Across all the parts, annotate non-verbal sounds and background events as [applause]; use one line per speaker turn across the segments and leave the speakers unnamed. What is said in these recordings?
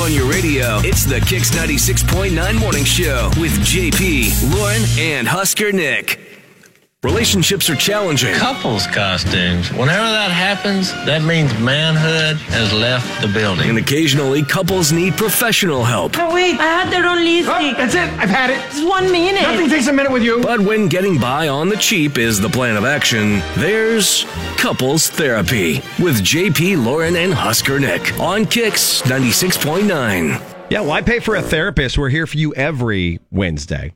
on your radio. It's the Kix 96.9 Morning Show with JP, Lauren, and Husker Nick. Relationships are challenging.
Couples costumes. Whenever that happens, that means manhood has left the building.
And occasionally, couples need professional help.
Oh, wait, I had their own
Oh,
lipstick.
that's it. I've had it.
It's one minute.
Nothing takes a minute with you.
But when getting by on the cheap is the plan of action, there's couples therapy with JP, Lauren, and Husker Nick on Kix 96.9.
Yeah, why pay for a therapist? We're here for you every Wednesday.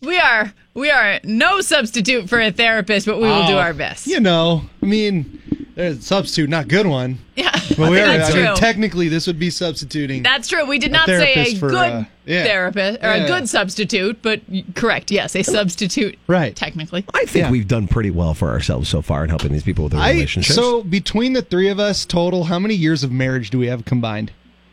We are we are no substitute for a therapist, but we will
Oh.
do our best.
You know, I mean, there's a substitute, not good
[laughs]
one.
Yeah,
But we are,
that's
I
true.
mean, technically, this would be substituting.
that's true. We did not say a
therapist for,
good
uh, yeah.
therapist or a
Yeah.
good substitute, but y- correct. Yes, a substitute.
Right.
Technically,
I think
Yeah.
we've done pretty well for ourselves so far in helping these people with their
I,
relationships.
so between the three of us total, how many years of marriage do we have combined?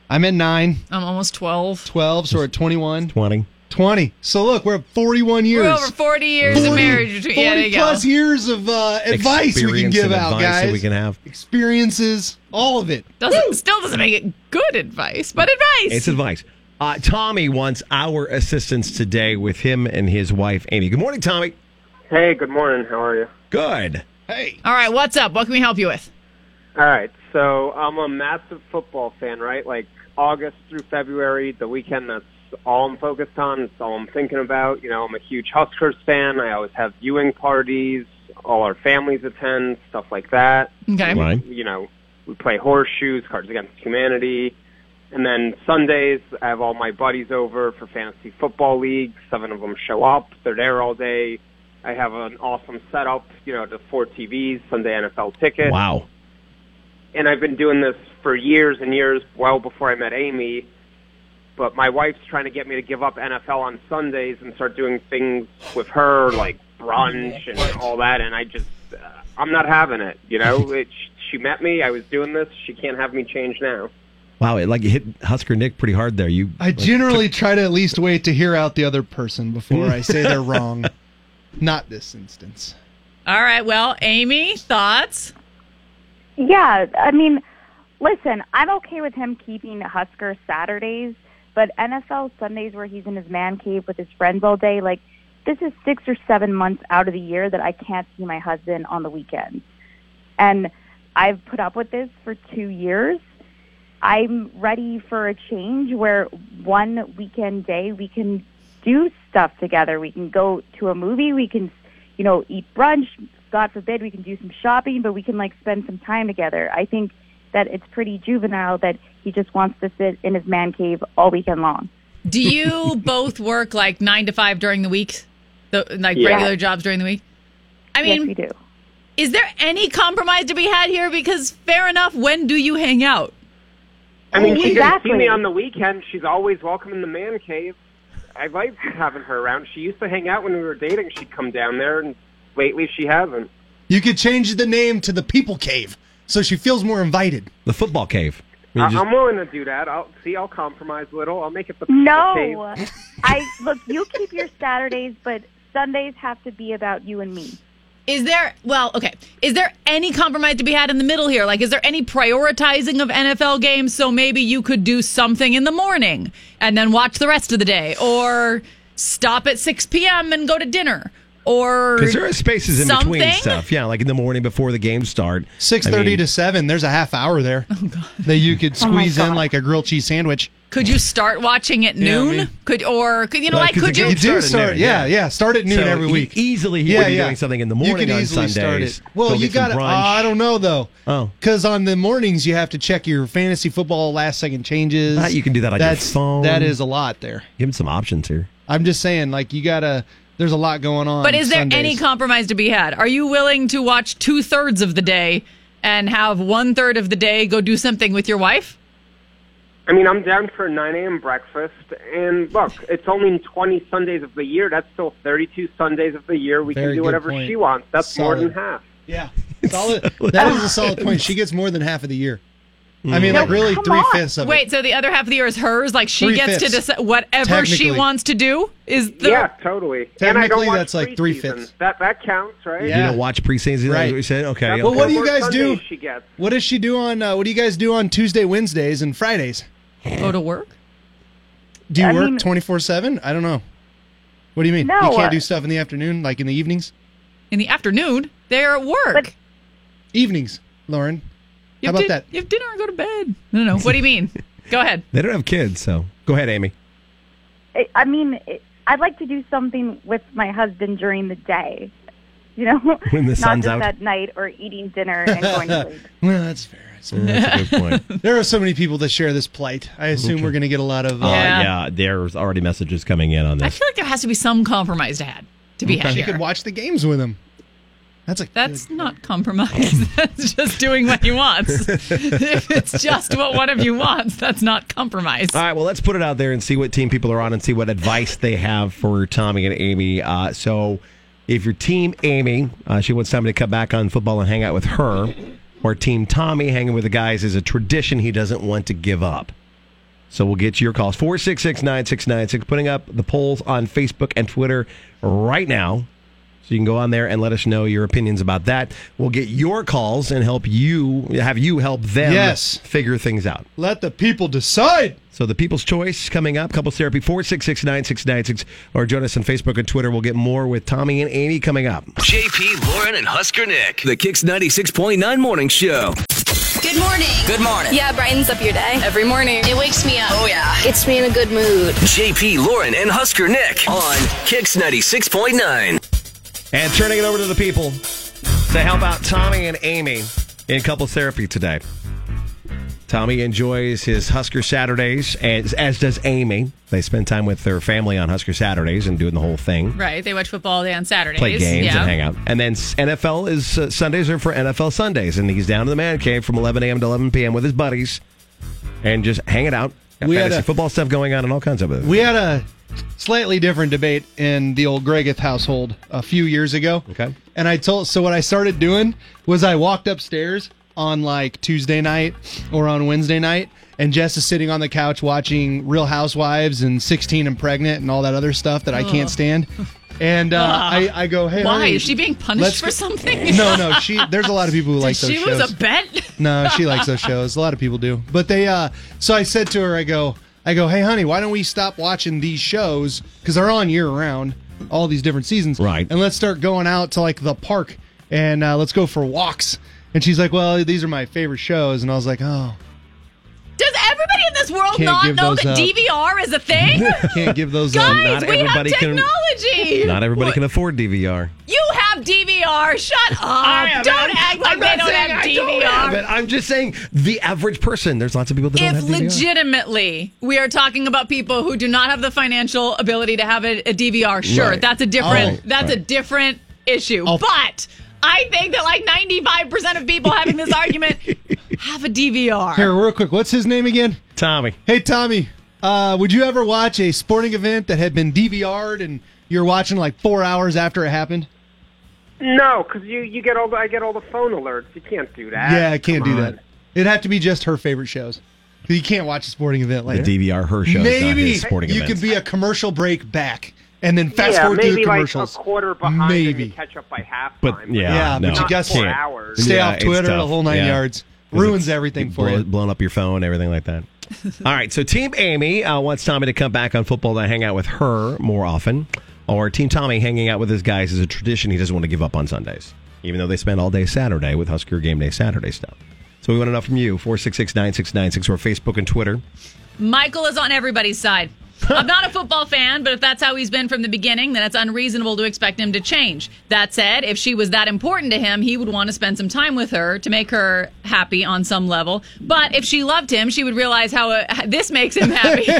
I'm at nine,
I'm almost twelve.
12, so we're at 21,
20.
20. So look, we're at 41 years.
We're over forty years of marriage. Between, yeah, there
40
you
plus
go.
years of uh, advice we can
Experience
give
and
out,
advice that
guys.
we can have.
experiences, all of it.
Doesn't, still doesn't make it good advice, but advice.
It's advice. Uh, Tommy wants our assistance today with him and his wife, Amy. Good morning, Tommy.
Hey, good morning. How are you?
Good.
Hey,
All right, what's up? What can we help you with?
All right. So I'm a massive football fan, right? Like August through February, the weekend that's all I'm focused on. It's all I'm thinking about. You know, I'm a huge Huskers fan. I always have viewing parties. All our families attend, stuff like that.
Okay.
Right.
You know, we play horseshoes, Cards Against Humanity. And then Sundays, I have all my buddies over for fantasy football league. Seven of them show up. They're there all day. I have an awesome setup, you know, to four TVs, Sunday NFL ticket
Wow.
and I've been doing this for years and years, well before I met Amy. But my wife's trying to get me to give up NFL on Sundays and start doing things with her, like brunch and all that. And I just, uh, I'm not having it. You know, it, she met me. I was doing this. She can't have me change now.
Wow. It like it hit Husker Nick pretty hard there. You
I generally try to at least wait to hear out the other
[laughs]
person before I say they're wrong. Not this instance.
All right. Well, Amy, thoughts?
Yeah, I mean, listen, I'm okay with him keeping Husker Saturdays, but NFL Sundays where he's in his man cave with his friends all day, like this is six or seven months out of the year that I can't see my husband on the weekends. And I've put up with this for two years. I'm ready for a change where one weekend day we can do stuff together. We can go to a movie. We can, you know, eat brunch. God forbid we can do some shopping, but we can like spend some time together. I think that it's pretty juvenile that he just wants to sit in his man cave all weekend long.
Do you both work like nine to five during the week, the, like
Yeah.
regular jobs during the week? I mean,
yes, we do.
Is there any compromise to be had here? Because fair enough, when do you hang out?
I mean, she can
Exactly.
see me on the weekend. She's always welcome in the man cave. I like having her around. She used to hang out when we were dating. She'd come down there, and lately she hasn't.
You could change the name to the People Cave so she feels more invited.
the football cave. You
I-
just-
Uh, I'm willing to do that. I'll see. I'll compromise a little. I'll make it the cave.
No,
[laughs]
I look. You keep your Saturdays, but Sundays have to be about you and me.
Is there, well, okay. Is there any compromise to be had in the middle here? Like, is there any prioritizing of NFL games so maybe you could do something in the morning and then watch the rest of the day? Or stop at 6 p.m. and go to dinner? Or.
Because there are spaces in between
Something?
stuff. Yeah, like in the morning before the games start.
Six thirty to seven. There's a half
[laughs]
hour there that you could
Oh, my
squeeze in
God.
like a grilled cheese sandwich.
Could you start watching at
Yeah, I
noon?
mean-
could, or, could, you know,
Well,
like,
'cause
could
the
you.
game's
You do
started
start,
there,
yeah,
yeah.
yeah, Start at noon
So e-
every
you
week.
easily would be doing something in the morning
You
on
could easily start
Sundays.
it. Well,
Go
you uh,
get some
got.
brunch.
I don't know though.
Oh.
because on the mornings you have to check your fantasy football last second changes.
Ah, you can do that on your
That's,
phone.
That is a lot there.
Give him some options here.
I'm just saying, like you gotta. There's a lot going on.
But is there
Sundays.
any compromise to be had? Are you willing to watch two thirds of the day and have one third of the day go do something with your wife?
I mean, I'm down for a 9 a.m. breakfast, and look, it's only 20 Sundays of the year. That's still 32 Sundays of the year. We
Very
can do
good
whatever
point.
she wants. That's more than
Solid.
half.
Yeah, solid. that is a solid point. She gets more than half of the year. I mean, like
No,
really
Mm. come
three
on.
fifths of
Wait, so the other half of the year is hers? Like she gets to
Three-fifths.
decide whatever she
Technically.
wants to do? Is the
yeah, totally. And I don't
Technically,
watch
that's like
preseason.
three-fifths.
That that counts, right?
Yeah.
You don't watch preseason. Right.
Right.
What you said. Okay.
That's
okay.
Well, what do you
more
guys do?
Sundays She gets.
it. What does she do on? Uh, what do you guys do on Tuesday, Wednesdays, and Fridays?
Go to work?
Do you
I mean-
work twenty four seven? I don't know. What do you mean?
No,
you
uh,
can't do stuff in the afternoon, like in the evenings.
In the afternoon, they're at work.
But-
Evenings, Lauren.
You
How
have
about
din-
that?
You have dinner and go to bed. No, no. What do you
[laughs]
mean? go ahead.
They don't have kids, so go ahead, Amy.
I I mean, it, I'd like to do something with my husband during the day. You know,
[laughs] When the
not
sun's
just
out.
at night or eating dinner and going to sleep.
Well, that's fair. I suppose.
That's a good point.
[laughs] there are so many people that share this plight. I assume we're going to get a lot of. Uh,
Uh,
Yeah.
yeah, there's already messages coming in on
I
this.
feel like there has to be some compromise to had to be had
You
here.
could watch the games with them. That's a
That's not compromise. [laughs] that's just doing what he wants. [laughs] if it's just what one of you wants, that's not compromise.
All right, well, let's put it out there and see what team people are on and see what advice they have for Tommy and Amy. Uh, so, if your team Amy, uh, she wants somebody to come back on football and hang out with her, or team Tommy, hanging with the guys is a tradition he doesn't want to give up. So we'll get to your calls. 466 9696. Putting up the polls on Facebook and Twitter right now. So you can go on there and let us know your opinions about that. We'll get your calls and help you, have you help them
Yes.
figure things out.
Let the people decide.
So the people's choice coming up, couples therapy 4669696 or join us on Facebook and Twitter. We'll get more with Tommy and Amy coming up.
JP, Lauren, and Husker Nick. The Kix 96.9 Morning Show.
[laughs] Good morning. Good morning. Yeah, brightens up your day every morning. It wakes me up. Oh yeah, gets me in a good mood.
JP, Lauren, and Husker Nick on Kix 96.9.
And turning it over to the people to help out Tommy and Amy in couples therapy today. Tommy enjoys his Husker Saturdays, as, as does Amy. They spend time with their family on Husker Saturdays and doing the whole thing.
Right. They watch football day on Saturdays.
play games
yeah.
and hang out. And then s- NFL is uh, Sundays are for NFL Sundays, and he's down to the man cave from 11 a.m. to 11 p.m. with his buddies, and just hanging out. Got
We had
fantasy
a-
football stuff going on and all kinds of it.
We had a slightly different debate in the old Gregeth household a few years ago.
Okay.
And I told so what I started doing was I walked upstairs on like Tuesday night or on Wednesday night and Jess is sitting on the couch watching Real Housewives and 16 and Pregnant and all that other stuff that I can't stand. And uh, I, I go, hey,
Oh. Ah. Why
honey,
is she being punished
let's
for
go-"
something?
No, no, she. There's a lot
[laughs]
of people who like those
she
shows.
was a bet.
No, she likes those shows. A lot of people do. But they uh so I said to her I go I go, "Hey honey, why don't we stop watching these shows cuz they're on year round, all these different seasons.
Right.
And let's start going out to like the park and uh, let's go for walks." And she's like, "Well, these are my favorite shows." And I was like, "Oh,
Does everybody in this world
Can't
not
give
know
those
that
up.
DVR is a thing?
can't uh, give those up."
Guys,
not
we have
everybody can-
technology.
Not everybody can afford DVR.
You have DVR. Shut up. don't act like they don't have DVR.
but I'm just saying the average person. There's lots of people that don't
if
have DVR.
legitimately we are talking about people who do not have the financial ability to have a, a DVR, sure,
Right.
that's a different
Oh,
that's a
right.
different issue. but I think that like 95% of people having this argument have a DVR.
Here, real quick, what's his name again?
Tommy,
Hey Tommy, uh, would you ever watch a sporting event that had been DVR'd and you're watching like 4 hours after it happened?
No, because you you get all the I get all the phone alerts. You can't do that.
Yeah, I can't
Come
do
on.
that. It'd have to be just her favorite shows. You can't watch a sporting event like
the DVR her show,
Maybe
sporting
you
events.
could be a commercial break back and then fast
yeah,
forward through the
maybe like a
commercials.
quarter behind. and
Maybe.
you catch up by half.
But, yeah,
yeah,
no.
but you
Not
guess
four
can't.
hours.
Stay
Yeah,
off
it's
Twitter
tough.
the whole nine
Yeah.
yards.
'Cause
Ruins
it's
everything for
blow-
you.
Blown up your phone, everything like
[laughs]
that. All right, so Team Amy uh, wants Tommy to come back on football to hang out with her more often, or Team Tommy hanging out with his guys is a tradition he doesn't want to give up on Sundays, even though they spend all day Saturday with Husker Game Day Saturday stuff. So we want to know from you, 466-9696 or Facebook and Twitter.
Michael is on everybody's side. I'm not a football fan, but if that's how he's been from the beginning, then it's unreasonable to expect him to change. That said, if she was that important to him, he would want to spend some time with her to make her happy on some level. But if she loved him, she would realize how uh, [laughs] this makes him happy.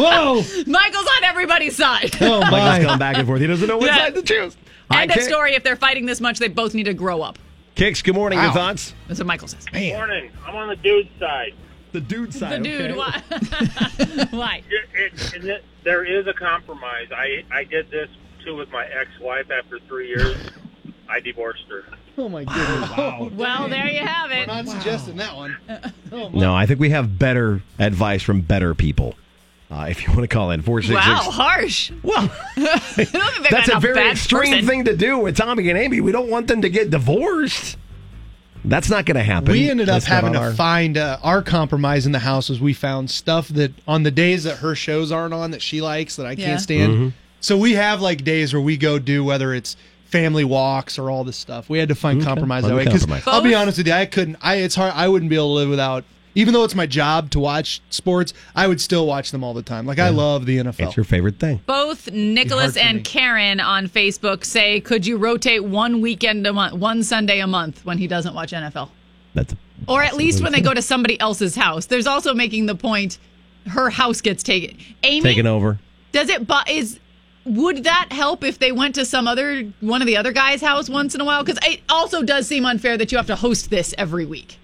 Whoa!
Michael's on everybody's side.
Oh
Michael's
my!
gone back and forth. He doesn't know what
Yeah.
side to choose. All right,
End of
Ki-
story. If they're fighting this much, they both need to grow up.
Kicks, good morning. Your
Wow.
thoughts?
That's what Michael says.
Morning. I'm on the dude's side.
The dude
The
side.
dude, why? [laughs] why?
It, it, and it, there is a compromise. I I did this too with my ex-wife. After three years, I divorced her.
Oh my goodness! Wow.
Well, there you have it.
Not suggesting that one.
No, I think we have better advice from better people. Uh, if you want to call in, 466.
Wow, harsh. [laughs]
Well, that's a very extreme thing to do with Tommy and Amy. We don't want them to get divorced. That's not going to happen.
We ended up
That's not
having
on
to
our-
find uh, our compromise in the house was we found stuff that on the days that her shows aren't on that she likes that I
Yeah.
can't stand.
Mhm.
So we have like days where we go do whether it's family walks or all this stuff. We had to find compromise that
Find
way
the
because
compromise.
I'll be
Both?
honest with you, I couldn't. I it's hard. I wouldn't be able to live without. Even though it's my job to watch sports, I would still watch them all the time. Like I love the NFL.
It's your favorite thing.
Both Nicholas
Hard for
and
me.
Karen on Facebook say, could you rotate one weekend a month, one Sunday a month when he doesn't watch NFL?
That's
Or at least when they go to somebody else's house. There's also making the point her house gets taken. Amy,
taken over.
does it, but is, would that help if they went to some other, one of the other guy's house once in a while? Because it also does seem unfair that you have to host this every week.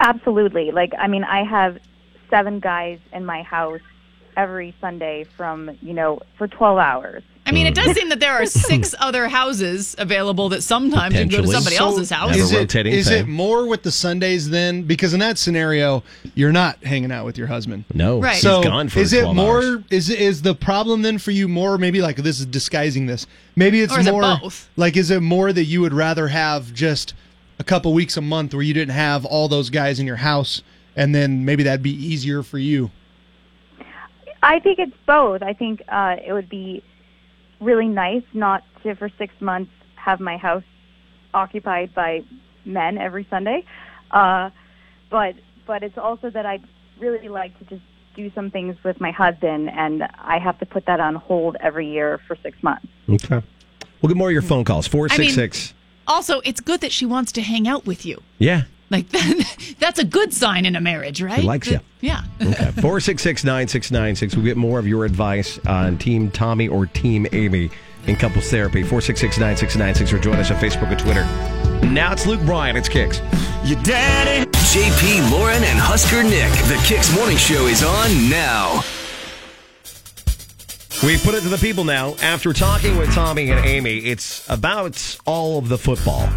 Absolutely. Like, I mean, I have seven guys in my house every Sunday from, you know, for 12 hours.
I mean, it does seem that there are six other houses available that sometimes you go to
Potentially.
somebody
So
else's house.
Have a
Is it,
rotating
is it
thing.
more with the Sundays then? Because in that scenario, you're not hanging out with your husband.
No,
Right.
he's
So
gone for
is it
12
more?
hours.
Is is the problem then for you more? Maybe like this is disguising this. Maybe it's
Or is it
more
both?
like is it more that you would rather have just a couple weeks a month where you didn't have all those guys in your house, and then maybe that'd be easier for you.
I think it's both. I think uh, it would be really nice not to, for six months, have my house occupied by men every Sunday. Uh, but but it's also that I'd really like to just do some things with my husband, and I have to put that on hold every year for six months.
Okay. We'll get more of your phone calls.
I mean-
466.
Also, it's good that she wants to hang out with you.
yeah.
Like [laughs] that, that's a good sign in a marriage, right?
likes ya.
Yeah.
Okay. 466 9696. We'll get more of your advice on Team Tommy or Team Amy in couples therapy. 466 9696 or join us on Facebook and Twitter. Now it's Luke Bryan. It's Kicks.
Your daddy. JP, Lauren, and Husker Nick. The Kicks Morning Show is on now.
We put it to the people now. After talking with Tommy and Amy, it's about all of the football.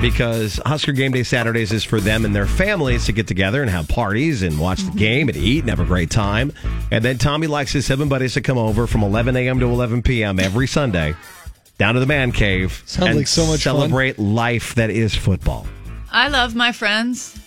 Because Husker Game Day Saturdays is for them and their families to get together and have parties and watch the
Mm-hmm.
game and eat and have a great time. And then Tommy likes his seven buddies to come over from 11 a.m. to 11 p.m. every Sunday down to the man cave.
Sounds
and
like so much fun.
celebrate life that is football.
I love my friends.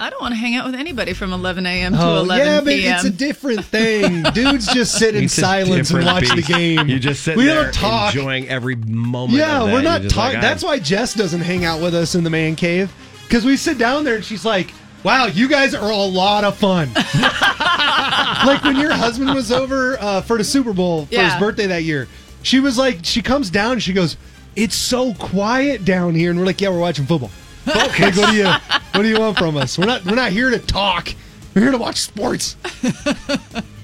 I don't want to hang out with anybody from 11 a.m. to 11
Oh, yeah, but
p.m.
it's a different thing. Dudes just
[laughs]
sit in
It's a
silence and
different
watch the
beast.
game.
You just sit
we
there
don't talk.
enjoying every moment.
Yeah,
of that. You're
we're not
just like, "Ah."
talking.
"I-
That's why Jess doesn't hang out with us in the man cave because we sit down there and she's like, "Wow, you guys are a lot of fun." [laughs] like when your husband was over uh, for the Super Bowl for
Yeah.
his birthday that year, she was like, she comes down, and she goes, "It's so quiet down here," and we're like, "Yeah, we're watching football." Like, what do you What do you want from us? We're not We're not here to talk. We're here to watch sports.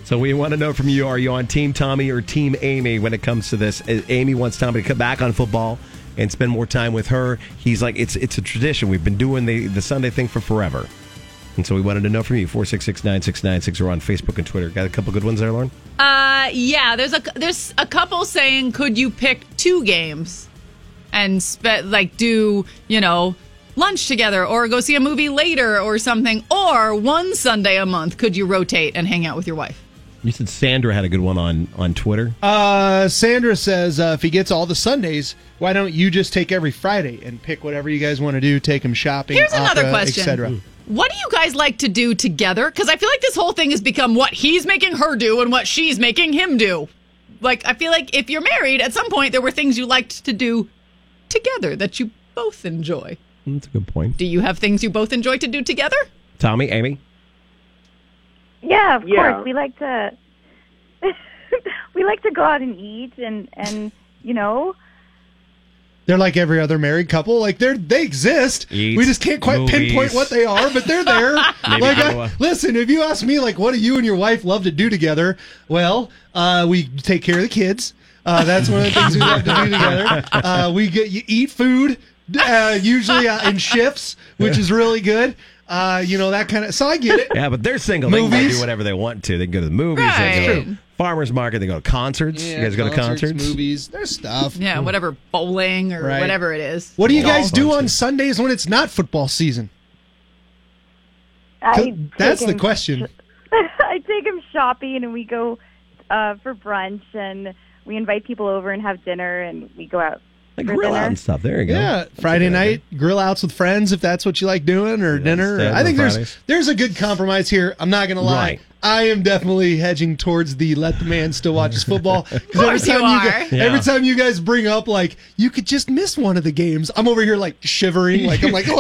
So we want to know from you: Are you on Team Tommy or Team Amy when it comes to this? Uh, Amy wants Tommy to cut back on football and spend more time with her. He's like, it's it's a tradition. We've been doing the the Sunday thing for forever, and so we wanted to know from you four six six nine six nine six or on Facebook and Twitter. Got a couple good ones there, Lauren.
uh, yeah, there's a there's a couple saying, could you pick two games and spe- like do you know lunch together or go see a movie later or something or one Sunday a month could you rotate and hang out with your wife?
You said Sandra had a good one on on Twitter.
Uh, Sandra says uh, if he gets all the Sundays, why don't you just take every Friday and pick whatever you guys want to do? Take him shopping.
Here's another
opera,
question.
Etc.
What do you guys like to do together? Because I feel like this whole thing has become what he's making her do and what she's making him do. Like, I feel like if you're married, at some point there were things you liked to do together that you both enjoy.
That's a good point.
Do you have things you both enjoy to do together?
Tommy, Amy,
Yeah, of
Yeah.
course. We like to [laughs] we like to go out and eat and and you know
They're like every other married couple. Like they're they exist.
Eat,
we just can't quite pinpoint
movies.
what they are, but they're
[laughs]
there.
Maybe
like,
go, uh,
I, listen, if you ask me, like, what do you and your wife love to do together? Well, uh, we take care of the kids. Uh, that's one of the things we love to do together. Uh, we get you eat food uh, usually uh, in shifts, which is really good. Uh, you know that kind of. So I get it.
yeah, but they're single. They can
Movies.
do whatever they want to. They can go to the movies. They can go
Right.
to farmers market. They go to concerts. you guys go to concerts.
movies, there's stuff.
Yeah, whatever, bowling or
Right.
whatever it is.
What do you
Golf
guys do
on
on
Tuesday.
Sundays when it's not football season?
I
That's
take
the
him-
question.
[laughs] I take him shopping and we go uh, for brunch and we invite people over and have dinner and we go out
Like grill out and stuff. There you go.
Yeah, Friday night grill outs with friends if that's what you like doing, or dinner.
stay up
I
on
think
Fridays.
there's there's a good compromise here. I'm not gonna lie.
Right.
I am definitely hedging towards the let the man still watch
[laughs]
his football. Of
course you
guys,
are. Yeah.
every time you guys bring up like you could just miss one of the games, I'm over here like shivering. Like I'm like, oh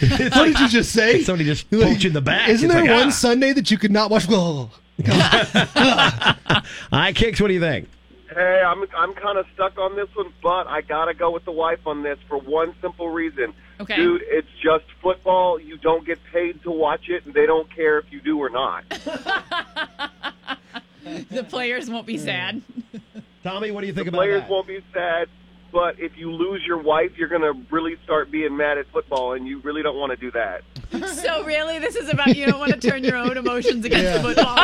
[laughs]
god, what did you just say?
Somebody just
Like,
poked you in the back.
Isn't
It's
there
like,
one
ah.
Sunday that you could not watch? [laughs] Whoa.
I kicks. What do you think?
Hey, I'm I'm kind of stuck on this one, but I gotta go with the wife on this for one simple reason.
Okay.
Dude, it's just football. You don't get paid to watch it, and they don't care if you do or not.
The players won't be [laughs] sad.
Tommy, what do you
the players won't be sad, but if you lose your wife, you're gonna really start being mad at football, and you really don't want to do that.
So really, this is about you don't want to turn your own emotions against the football.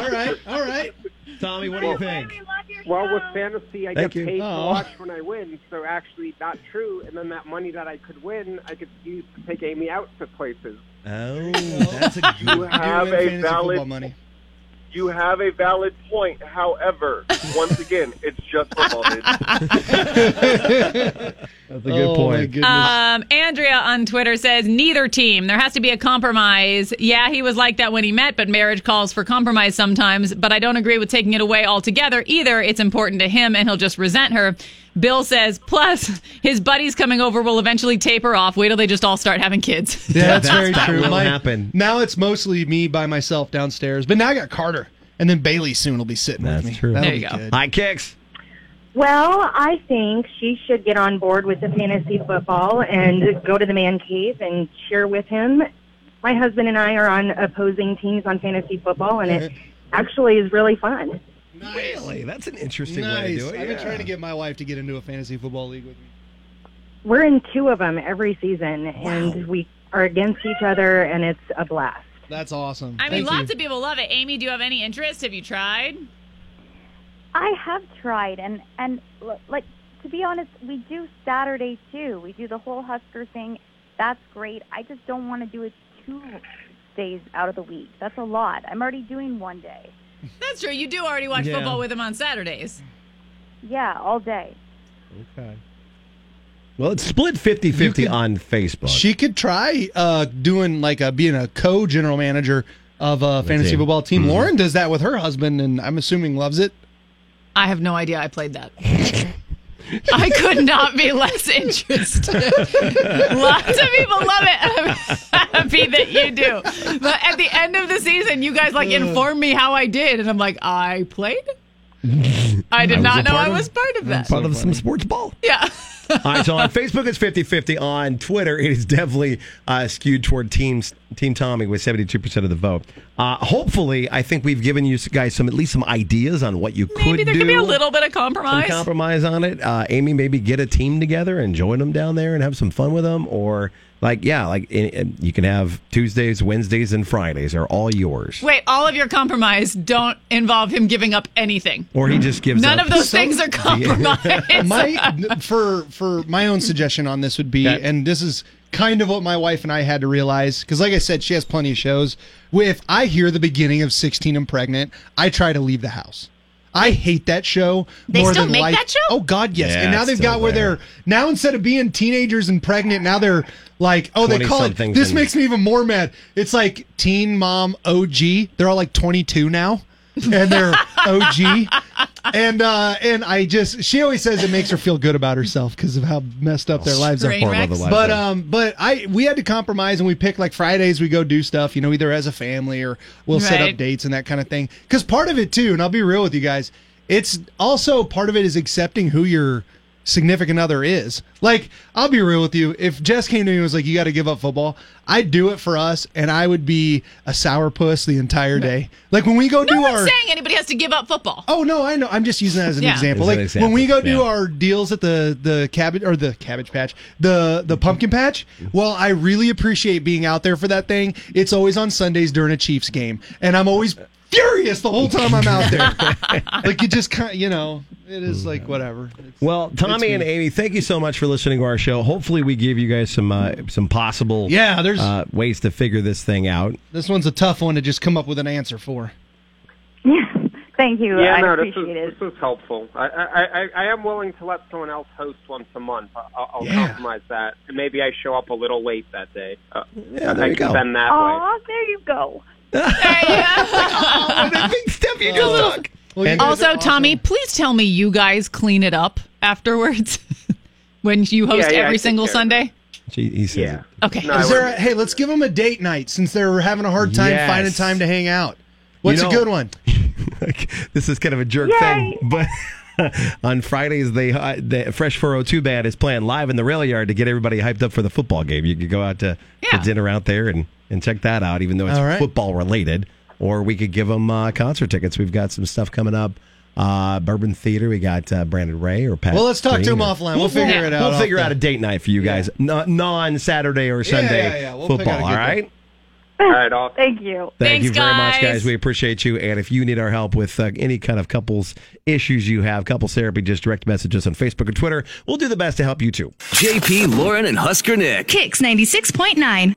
All right, all right.
Tommy, what do you think?
Well, with fantasy, I
Thank
get
you.
paid
Aw.
to watch when I win, so actually not true. And then that money that I could win, I could use to take Amy out to places.
[laughs]
Oh, that's a good.
You have
You're in
a
fantasy football
valid
money.
you have a valid point. However, once again, it's just football. dude.
That's a good
Oh,
point.
Um, Andrea on Twitter says neither team. There has to be a compromise. Yeah, he was like that when he met, but marriage calls for compromise sometimes. But I don't agree with taking it away altogether either. It's important to him, and he'll just resent her. Bill says. Plus, his buddies coming over will eventually taper off. Wait till they just all start having
[laughs]
kids.
Yeah, that's, very
that
true.
will
My-
happen.
Now it's mostly me by myself downstairs, but now I got Carter, and then Bailey soon will be sitting
That's
with me.
true.
That'll
There you
be
go.
good.
I kicks.
Well, I think she should get on board with the fantasy football and go to the man cave and cheer with him. My husband and I are on opposing teams on fantasy football, and it
Mm-hmm.
actually is really fun.
Really? That's an interesting way to
Nice.
do
I've
it.
been
yeah.
trying to get my wife to get into a fantasy football league with me.
We're in two of them every season, and we are against each other, and it's a blast.
That's awesome.
I mean,
Thank
lots
you.
of people love it. Amy, do you have any interest? Have you tried?
I have tried, and and l- like to be honest, we do Saturday too. We do the whole Husker thing. That's great. I just don't want to do it two days out of the week. That's a lot. I'm already doing one day.
That's true. You do already watch
Yeah.
football with him on Saturdays.
Yeah, all day.
Okay. Well, it's split 50 50 on Facebook.
She could try uh, doing like a, being a co general manager of a
team.
fantasy
Mm-hmm.
football team. Lauren does that with her husband, and I'm assuming loves it.
I have no idea I played that. I could not be less interested. Lots of people love it. I'm happy that you do. But at the end of the season, you guys like informed me how I did, and I'm like, I played. I did
was a
not know
part
I
of-
was part of that.
Part of some sports ball.
Yeah.
[laughs] All right, so on Facebook it's 50-50. On Twitter it is definitely uh, skewed toward teams Team Tommy with 72% of the vote. Uh, hopefully, I think we've given you guys some at least some ideas on what you could
Maybe there
do.
could be a little bit of
some
compromise.
compromise on it. Uh, Amy, maybe get a team together and join them down there and have some fun with them. Or like, yeah, like in, in- you can have Tuesdays, Wednesdays, and Fridays are all yours.
Wait, all of your compromise don't involve him giving up anything.
Or he just gives
None
up.
of those things
[laughs]
are [laughs] compromise.
my for for my own suggestion on this would be,
Okay.
and this is kind of what my wife and I had to realize because, like I said, she has plenty of shows. If I hear the beginning of 16 and Pregnant, I try to leave the house. I hate that show.
They
more
still
than
make
life.
that show?
Oh God, yes.
Yeah,
and now
it's
they've
still
got where
there.
they're now instead of being teenagers and pregnant, now they're like, oh, they call it.
20-somethings
This
and-
makes me even more mad. It's like Teen Mom OG. They're all like 22 now, and they're OG. And uh, and I just she always says it makes her feel good about herself because of how messed up their lives are.
Train
Horrible
wrecks.
otherwise.
But um, but I we had to compromise and we picked like Fridays we go do stuff, you know, either as a family or we'll set
Right.
up dates and that kind of thing. Because part of it too, and I'll be real with you guys, it's also part of it is accepting who your significant other is. Like I'll be real with you, if Jess came to me and was like, "You got to give up football," I'd do it for us, and I would be a sourpuss the entire day. Like when we go
No
do
one's
our
saying anybody has to give up football.
Oh no, I know. I'm just using that as an
Yeah.
example.
As
Like
an example,
when we go do
yeah.
our deals at the the cabbage or the cabbage patch, the the pumpkin patch. Well, I really appreciate being out there for that thing. It's always on Sundays during a Chiefs game, and I'm always furious the whole time I'm out
[laughs]
there. like you just kind, you know, it is like
Mm-hmm.
whatever. It's-
Well, Tommy and Amy, thank you so much for listening to our show. Hopefully, we give you guys some uh, some possible
Yeah, there's-
uh, ways to figure this thing out.
this one's a tough one to just come up with an answer for.
Yeah, [laughs] Thank you.
yeah,
I
no, this
appreciate it.
is, this is helpful. I, I, I, I am willing to let someone else host once a month. I- I'll, I'll compromise that. And maybe I show up a little late that day. Uh,
yeah,
I
Oh, you
can
go. [laughs]
bend that way.
Aw, there you go.
Step, you
just
took.
also, Tommy, please tell me you guys clean it up afterwards [laughs] when you host
Yeah, yeah, I
every
take
single
care of it.
Sunday.
She, he says it.
Okay.
Is there a, hey, let's give them a date night since they're having a hard time
Yes.
finding time to hang out. What's
You
a
know-
good one?
[laughs] this is kind of a jerk thing, [laughs] but on Fridays they uh, the Fresh 402 band is playing live in the rail yard to get everybody hyped up for the football game. You could go out to, to dinner out there and and check that out, even though it's
All right.
football related. Or we could give them uh, concert tickets. We've got some stuff coming up. Uh, Bourbon Theater. We got uh, Brandon Ray or Pat.
Well, let's talk to
Green
him
or-
offline. We'll figure it out
We'll
off
figure
the-
out a date night for you guys, No- non Saturday or Sunday
yeah, yeah. We'll figure out
football. All
a good
right.
All right, awesome.
Thank you.
Thank you very much, guys. We appreciate you. And if you need our help with uh, any kind of couples issues you have, couples therapy, just direct message us on Facebook or Twitter. We'll do the best to help you too.
JP, Lauren, and Husker Nick.
Kicks 96.9.